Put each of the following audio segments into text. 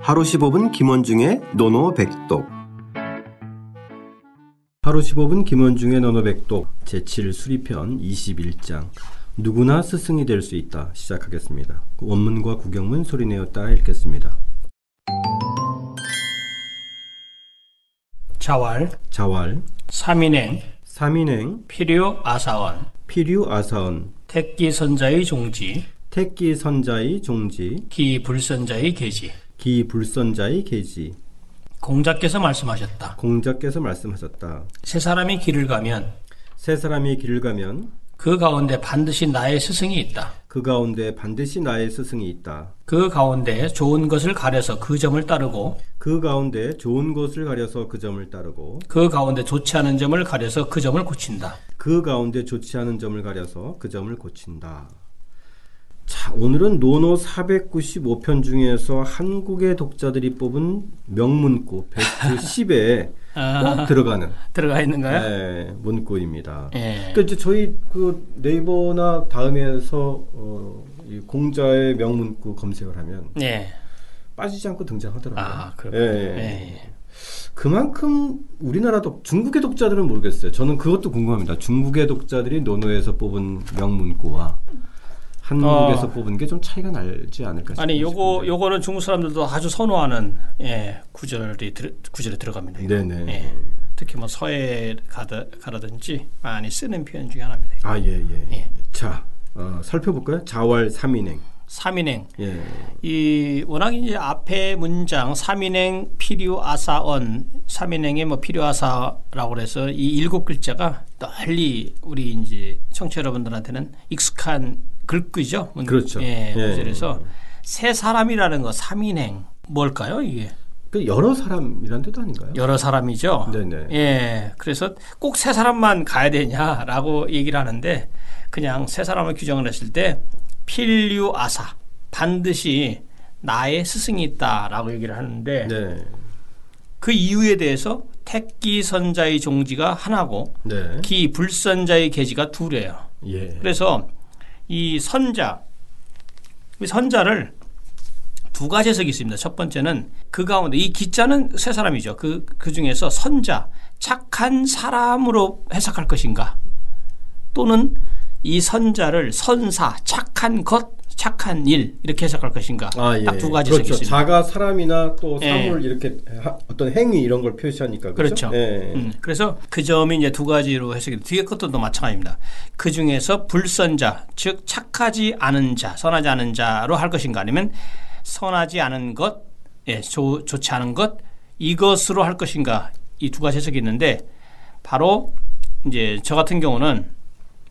하루 15분 김원중의 노노백독 하루 15분 김원중의 노노백독 제7 수리편 21장 누구나 스승이 될 수 있다 시작하겠습니다. 그 원문과 구경문 소리내어 따라 읽겠습니다. 자왈, 자왈 삼인행, 삼인행 필요 아사원, 필유 아사언 택기 선자의 종지, 택기 선자의 종지 기 불선자의 계지. 기 불선자의 계지 공자께서 말씀하셨다. 공자께서 말씀하셨다. 세 사람이 길을 가면 세 사람이 길을 가면 그 가운데 반드시 나의 스승이 있다. 그 가운데 반드시 나의 스승이 있다. 그 가운데 좋은 것을 가려서 그 점을 따르고 그 가운데 좋은 것을 가려서 그 점을 따르고 그 가운데 좋지 않은 점을 가려서 그 점을 고친다. 그 가운데 좋지 않은 점을 가려서 그 점을 고친다. 자, 오늘은 노노 495편 중에서 한국의 독자들이 뽑은 명문고 베스트 10에 꼭 들어가는 아, 들어가 있는가요? 네, 문고입니다. 예. 그러니까 이제 저희 그 네이버나 다음에서 어, 이 공자의 명문고 검색을 하면 예. 빠지지 않고 등장하더라고요. 아, 그렇군요. 예, 예. 예. 그만큼 우리나라 독 중국의 독자들은 모르겠어요. 저는 그것도 궁금합니다. 중국의 독자들이 노노에서 뽑은 명문고와 한국에서 어. 뽑은 게 좀 차이가 날지 않을까 싶어요. 아니 요거 요거는 중국 사람들도 아주 선호하는 예, 구절이 들, 구절에 들어갑니다. 이거. 네네. 예. 특히 뭐 서해 가다, 가라든지 많이 쓰는 표현 중에 하나입니다. 아 예예. 예. 자 어, 살펴볼까요? 자월 삼인행. 삼인행 예. 이 워낙 이제 앞에 문장 삼인행 필요아사언 삼인행의 뭐 필요아사라고 그래서 이 일곱 글자가 널리 우리 이제 청취 자 여러분들한테는 익숙한 글귀죠. 문- 그렇죠. 예, 예. 그래서 세 사람이라는 거 삼인행 뭘까요 이게? 그 여러 사람이란 뜻 아닌가요? 여러 사람이죠. 네네. 예. 그래서 꼭 세 사람만 가야 되냐라고 얘기를 하는데 그냥 세 사람을 규정을 했을 때 필류아사 반드시 나의 스승이 있다라고 얘기를 하는데 네. 그 이유에 대해서 택기 선자의 종지가 하나고 네. 기 불선자의 계지가 둘이에요. 예. 그래서 이 선자, 이 선자를 두 가지 해석이 있습니다. 첫 번째는 그 가운데 이 기자는 세 사람이죠. 그, 그 중에서 선자, 착한 사람으로 해석할 것인가 또는 이 선자를 선사, 착한 것, 착한 일 이렇게 해석할 것인가 아, 예. 딱 두 가지 해석이 그렇죠. 있습니다. 자가 사람이나 또 예. 사물 이렇게 하- 어떤 행위 이런 걸 표시하니까 그렇죠. 그렇죠. 예. 음, 그래서 그 점이 이제 두 가지로 해석이 돼. 뒤에 것도 또 마찬가지입니다. 그 중에서 불선자, 즉 착하지 않은 자, 선하지 않은 자로 할 것인가 아니면 선하지 않은 것, 예, 좋- 좋지 않은 것 이것으로 할 것인가 이 두 가지 해석이 있는데 바로 이제 저 같은 경우는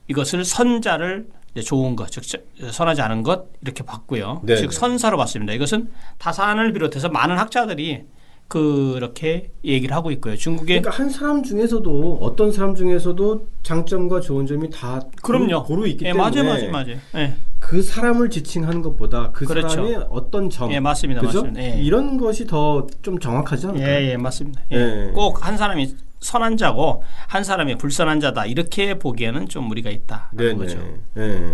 이것을 선자를 이제 좋은 것, 즉 선하지 않은 것 이렇게 봤고요. 네, 즉 네. 선사로 봤습니다. 이것은 다산을 비롯해서 많은 학자들이 그렇게 얘기를 하고 있고요. 중국의 그러니까 한 사람 중에서도 어떤 사람 중에서도 장점과 좋은 점이 다 그럼요. 고루 있기 예, 때문에 맞아요, 맞아요, 맞아요. 예, 그 사람을 지칭하는 것보다 그 그렇죠. 사람의 어떤 점 예, 맞습니다, 그죠? 맞습니다. 예, 이런 것이 더 좀 정확하지 않을까? 예, 예, 맞습니다. 예. 예. 꼭 한 사람이 선한 자고 한 사람이 불선한 자다 이렇게 보기에는 좀 무리가 있다라는 네, 거죠. 네. 예.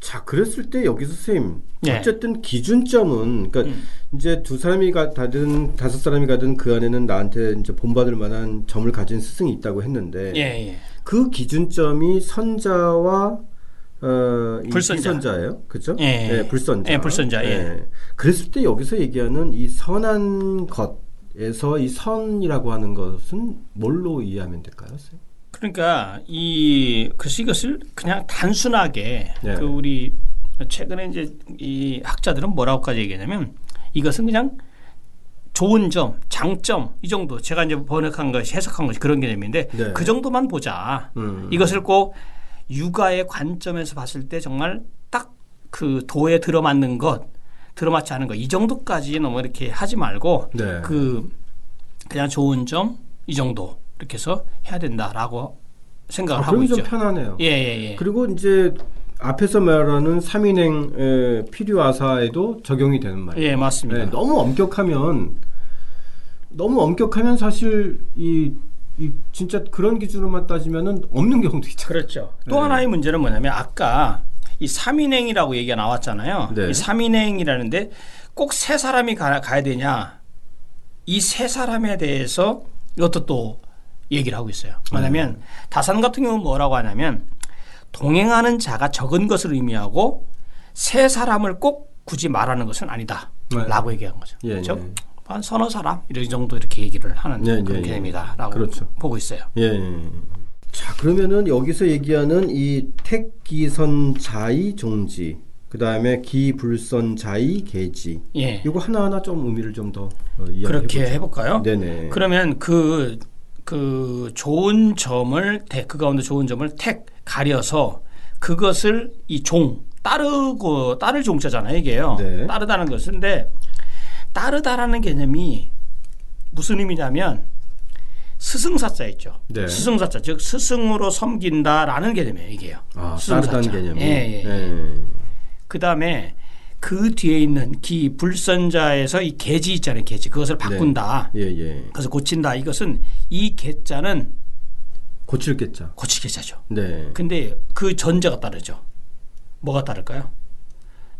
자, 그랬을 때 여기서 선생님 예. 음. 어쨌든 기준점은 그러니까 이제 두 사람이 가- 가든 다섯 사람이 가든 그 안에는 나한테 이제 본받을 만한 점을 가진 스승이 있다고 했는데 예, 예. 그 기준점이 선자와 어, 불선자. 선자. 예요 그렇죠? 예. 불선자. 예, 불선자, 예. 그랬을 때 여기서 얘기하는 이 선한 것에서 이 선이라고 하는 것은 뭘로 이해하면 될까요? 선생님? 그러니까 이 그래서 이것을 그냥 단순하게 네. 그 우리 최근에 이제 이 학자들은 뭐라고까지 얘기하냐면 이것은 그냥 좋은 점, 장점 이 정도 제가 이제 번역한 것이 해석한 것이 그런 개념인데 네. 그 정도만 보자. 음. 이것을 꼭 육아의 관점에서 봤을 때 정말 딱 그 도에 들어맞는 것, 들어맞지 않은 것 이 정도까지 너무 이렇게 하지 말고 네. 그 그냥 좋은 점 이 정도 이렇게 해서 해야 된다라고 생각을 아, 하고 그럼 있죠. 좀 편하네요. 예예예. 그리고 이제 앞에서 말하는 삼인행 에, 필요아사에도 적용이 되는 말이에요. 예 맞습니다. 네, 너무 엄격하면 너무 엄격하면 사실 이, 이 진짜 그런 기준으로만 따지면은 없는 경우도 있잖아요. 그렇죠. 또 네. 하나의 문제는 뭐냐면 아까 이 삼인행이라고 얘기가 나왔잖아요. 네. 이 삼인행이라는데 꼭 세 사람이 가, 가야 되냐? 이 세 사람에 대해서 이것도 또 얘기를 하고 있어요. 왜냐하면 음. 다산 같은 경우는 뭐라고 하냐면 동행하는 자가 적은 것을 의미하고 세 사람을 꼭 굳이 말하는 것은 네. 아니다라고 얘기한 거죠. 예, 그렇죠? 예. 한 서너 사람 이런 정도 이렇게 얘기를 하는 예, 예, 그런 예. 개념이다라고 그렇죠. 보고 있어요. 예, 예. 예. 자, 그러면은 여기서 얘기하는 이 택기선자의 종지, 그 다음에 기불선자의 계지. 예, 이거 하나하나 좀 의미를 좀 더 어, 이야기해 그렇게 해볼까요? 네네. 그러면 그, 그 좋은 점을 택, 그 가운데 좋은 점을 택 가려서 그것을 이 종, 따르고, 따를 종자잖아요, 이게요. 네. 따르다는 것은. 근데 따르다라는 개념이 무슨 의미냐면 스승사자 있죠. 네. 스승사자, 즉 스승으로 섬긴다라는 개념이에요, 이게요. 아, 스승사자. 따르다는 개념이. 네. 예, 예, 예. 그 다음에 그 뒤에 있는 기 불선자에서 이 계지 있잖아요, 계지. 그것을 바꾼다. 예, 예. 그래서 고친다. 이것은 이 개자는 고칠 개자. 고칠 개자죠. 네. 근데 그 전제가 따르죠. 뭐가 따를까요?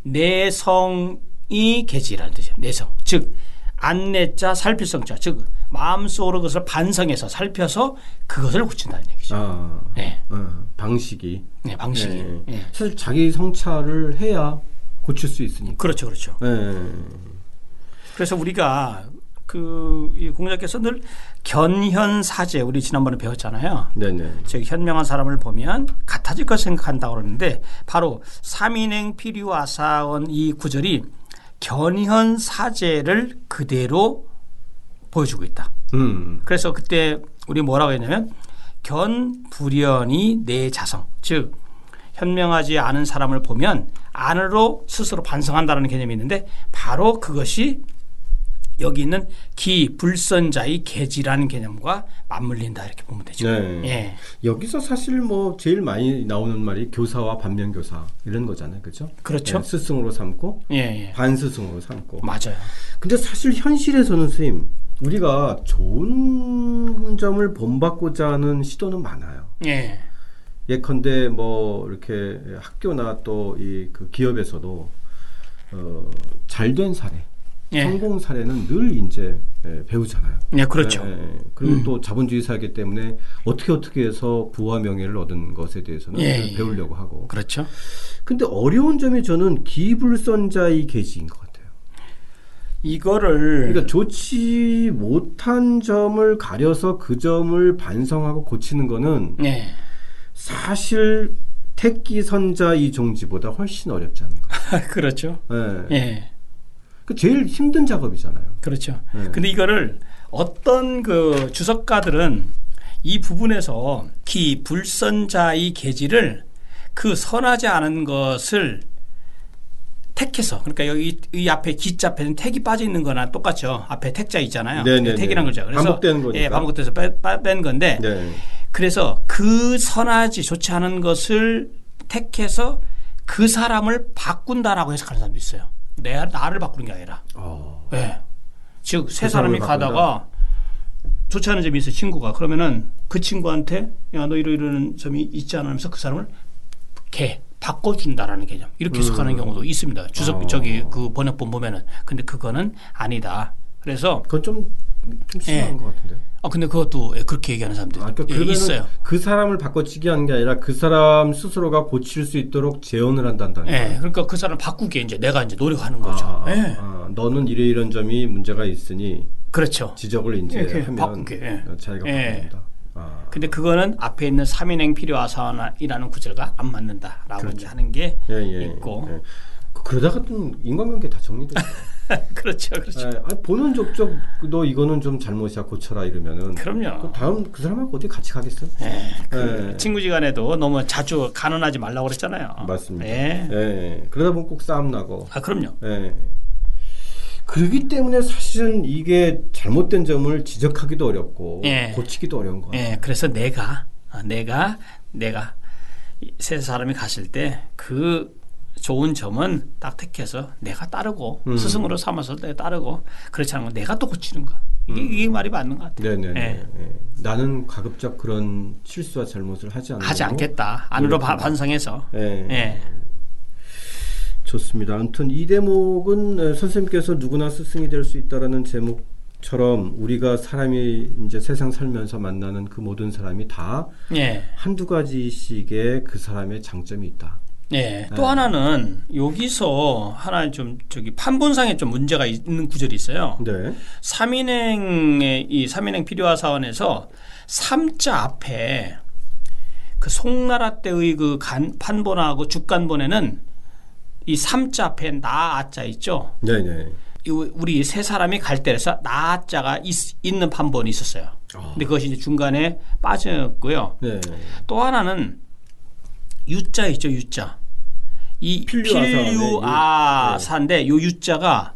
내성이 개지라는 뜻이에요. 내성. 즉 안내자 살필성자. 즉 마음속으로 그것을 반성해서 살펴서 그것을 고친다는 얘기죠. 아, 네. 어, 방식이. 네, 방식이. 예. 예. 사실 자기 성찰을 해야 고칠 수 있으니까. 그렇죠. 그렇죠. 예, 예. 그래서 우리가 그이 공자께서 늘 견현사제 우리 지난번에 배웠잖아요. 네네. 즉 현명한 사람을 보면 같아질 것 생각한다고 그러는데 바로 삼인행 필요하사원 이 구절이 견현 사제를 그대로 보여주고 있다. 음. 그래서 그때 우리 뭐라고 했냐면 견불연이 내 자성 즉 현명하지 않은 사람을 보면 안으로 스스로 반성한다는 개념이 있는데 바로 그것이 여기 있는 기 불선자의 계지라는 개념과 맞물린다 이렇게 보면 되죠. 네. 예. 여기서 사실 뭐 제일 많이 나오는 말이 교사와 반면교사 이런 거잖아요. 그렇죠? 그렇죠. 예, 스승으로 삼고 예, 예. 반스승으로 삼고. 맞아요. 근데 사실 현실에서는 선생님 우리가 좋은 점을 본받고자 하는 시도는 많아요. 예. 예컨대 뭐 이렇게 학교나 또 이 그 기업에서도 어, 잘된 사례, 예. 성공 사례는 늘 이제 예, 배우잖아요. 예, 그렇죠. 예, 예. 그리고 또 자본주의 사회이기 때문에 어떻게 어떻게 해서 부와 명예를 얻은 것에 대해서는 예, 늘 예. 배우려고 하고. 그렇죠. 근데 어려운 점이 저는 기불선자의 계지인 것 같아요. 이거를 예. 그러니까 좋지 못한 점을 가려서 그 점을 반성하고 고치는 거는 예. 사실 택기 선자 이 종지보다 훨씬 어렵잖아요. 그렇죠. 예. 예. 그 제일 힘든 작업이잖아요. 그렇죠. 예. 근데 이거를 어떤 그 주석가들은 이 부분에서 기 불선자의 계지를 그 선하지 않은 것을 택해서 그러니까 여기 이 앞에 기자 앞에는 택이 빠져 있는 거나 똑같죠. 앞에 택자 있잖아요. 네네네. 택이란 거죠. 그래서 반복되는 거니까. 예, 반복돼서 빼, 빼- 뺀 건데 네. 그래서 그 선하지 좋지 않은 것을 택해서 그 사람을 바꾼다라고 해석하는 사람도 있어요. 내 나를 바꾸는 게 아니라. 어. 예. 즉 세 그 사람을 사람이 가다가 좋지 않은 점이 있어 친구가 그러면은 그 친구한테 야 너 이러 이러는 점이 있지 않으면서 그 사람을 개 바꿔준다라는 개념 이렇게 해석하는 경우도 있습니다. 주석 음. 어. 저기 그 번역본 보면은 근데 그거는 아니다. 그래서 그건 좀, 좀 심한 예. 것 같은데. 아 근데 그것도 예, 그렇게 얘기하는 사람들이 아, 그러니까 예, 그러면은 있어요. 그 사람을 바꿔치기 하는 게 아니라 그 사람 스스로가 고칠 수 있도록 재현을 한다는 예, 그러니까 그 사람을 바꾸게 이제 내가 이제 노력하는 거죠. 아, 예, 아, 너는 이래 이런 점이 문제가 있으니 그렇죠. 지적을 이제 이렇게 하면 어, 바꾸게, 예. 자기가 예. 바꾼다. 아, 근데 그거는 앞에 있는 삼인행 필요하사이라는 구절과 안 맞는다라고 이제 하는 게 예, 예, 있고. 예. 그- 그러다가 또 인간관계 다 정리돼. 그렇죠, 그렇죠. 예, 아니, 보는 족족 너 이거는 좀 잘못이야 고쳐라 이러면은 그 그럼요. 다음 그 사람하고 어디 같이 가겠어요? 예, 그 예. 친구지간에도 너무 자주 간언하지 말라고 그랬잖아요. 맞습니다. 예. 예, 그러다 보면 꼭 싸움 나고. 아 그럼요. 예. 그렇기 때문에 사실은 이게 잘못된 점을 지적하기도 어렵고 예. 고치기도 어려운 거예요. 예, 그래서 내가 아, 내가 내가 이세 사람이 갔을 때 그 좋은 점은 딱 택해서 내가 따르고 음. 스승으로 삼아서 내가 따르고 그렇지 않으면 내가 또 고치는 거. 이게, 음. 이게 말이 맞는 것 같아요. 네네. 예. 나는 가급적 그런 실수와 잘못을 하지 않는 네. 하지 예. 걸로. 않겠다. 안으로 바- 반성해서. 예. 예. 좋습니다. 아무튼 이 대목은 에, 선생님께서 누구나 스승이 될 수 있다라는 제목처럼 우리가 사람이 이제 세상 살면서 만나는 그 모든 사람이 다 예. 한두 가지씩의 그 사람의 장점이 있다. 예. 네. 또 하나는 여기서 하나 좀 저기 판본상에 좀 문제가 있는 구절이 있어요. 네. 삼인행의이삼인행 필요화 사원에서 삼자 앞에 그 송나라 때의 그 간, 판본하고 죽간본에는 이삼자 앞에 나아자 있죠. 네, 네. 이 우리 세 사람이 갈 때에서 나아자가 있, 있는 판본이 있었어요. 아. 근데 그것이 이제 중간에 빠졌고요. 네. 또 하나는 유자 있죠 유자 이 필류아사네, 네. 필류아사인데 요 유자가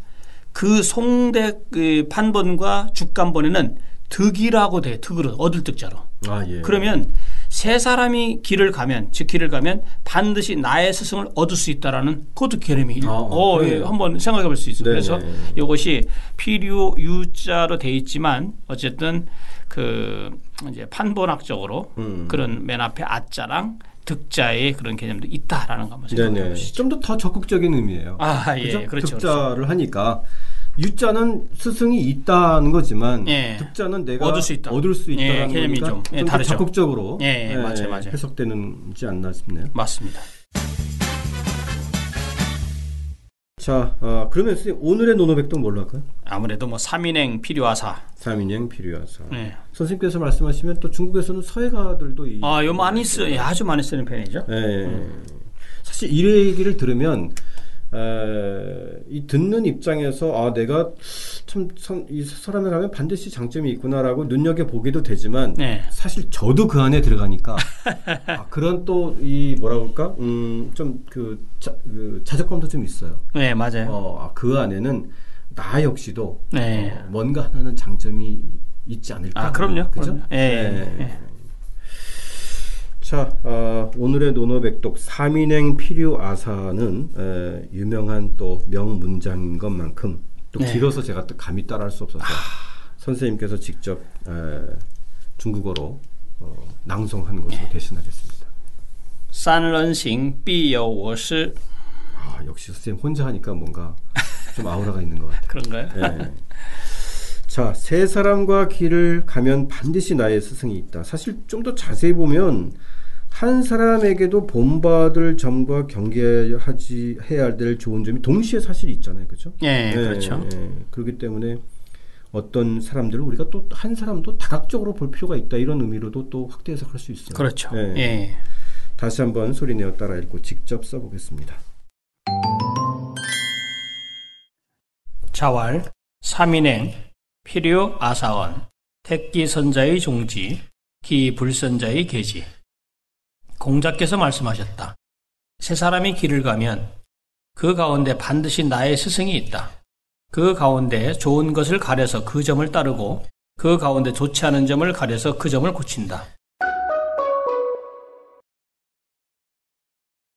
그 송대 그 판본과 죽간본에는 득이라고 돼 득으로 얻을 득자로 아, 예. 그러면 세 사람이 길을 가면 즉 길을 가면 반드시 나의 스승을 얻을 수 있다라는 그것도 개념이 아, 어, 예, 그래요. 한번 생각해 볼 수 있어요. 네네. 그래서 이것이 필요 유자로 돼 있지만 어쨌든 그 이제 판본학적으로 음. 그런 맨 앞에 아자랑 득자의 그런 개념도 있다라는 거 한번 네, 생각해 네. 보시죠. 좀 더 더 적극적인 의미예요. 아, 그죠? 예, 그렇죠. 그렇죠. 득자를 하니까 유자는 스승이 있다는 거지만 예. 득자는 내가 얻을 수 있다. 얻을 수 예, 있다라는 개념이 거니까 좀, 예, 더 다르죠. 적극적으로 예, 예, 맞아요, 맞아요. 해석되는지 않나 싶네요. 맞습니다. 자, 아, 그러면 선생님 오늘의 노노백동 뭘로 할까요? 아무래도 뭐 삼인행 필요하사. 삼인행 필요하사. 예. 선생님께서 말씀하시면 또 중국에서는 서예가들도 이 아, 요 많이 쓰, 예, 아주 많이 쓰는 편이죠. 예. 사실 이 얘기를 들으면 에, 이 듣는 입장에서 아 내가 참 이 사람에 가면 반드시 장점이 있구나라고 눈여겨 보기도 되지만 네. 사실 저도 그 안에 들어가니까 아, 그런 또 이 뭐라 그럴까 음, 음좀그 그 자적감도 좀 있어요. 네, 맞아요. 어, 아, 그 안에는 나 역시도 네. 어, 뭔가 하나는 장점이 있지 않을까. 아, 그럼요. 그죠? 그럼요. 예, 예, 예. 자, 아, 오늘의 노노백독 삼인행 필요아사는 에, 유명한 또 명문장인 것만큼 또 네. 길어서 제가 또 감히 따라할 수 없어서 선생님께서 직접 에, 중국어로 어, 낭송한 것으로 대신하겠습니다. 산런싱必有我师 아, 역시 선생님 혼자 하니까 뭔가 좀 아우라가 있는 것 같아요. 그런가요? 예. 자, 세 사람과 길을 가면 반드시 나의 스승이 있다. 사실 좀 더 자세히 보면 한 사람에게도 본받을 점과 경계하지 해야 될 좋은 점이 동시에 사실 있잖아요. 그죠? 예, 그렇죠. 예. 그렇기 때문에 어떤 사람들을 우리가 또 한 사람도 다각적으로 볼 필요가 있다. 이런 의미로도 또 확대 해석할 수 있어요. 그렇죠. 예. 예. 다시 한번 소리내어 따라 읽고 직접 써 보겠습니다. 자왈, 삼인행, 필요 아사원, 택기선자의 종지, 기불선자의 계지. 공자께서 말씀하셨다. 세 사람이 길을 가면 그 가운데 반드시 나의 스승이 있다. 그 가운데 좋은 것을 가려서 그 점을 따르고 그 가운데 좋지 않은 점을 가려서 그 점을 고친다.